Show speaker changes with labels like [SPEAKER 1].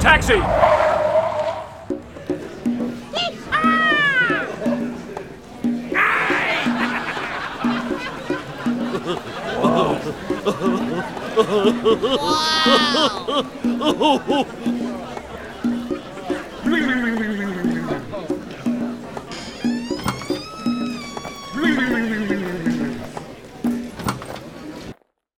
[SPEAKER 1] Taxi!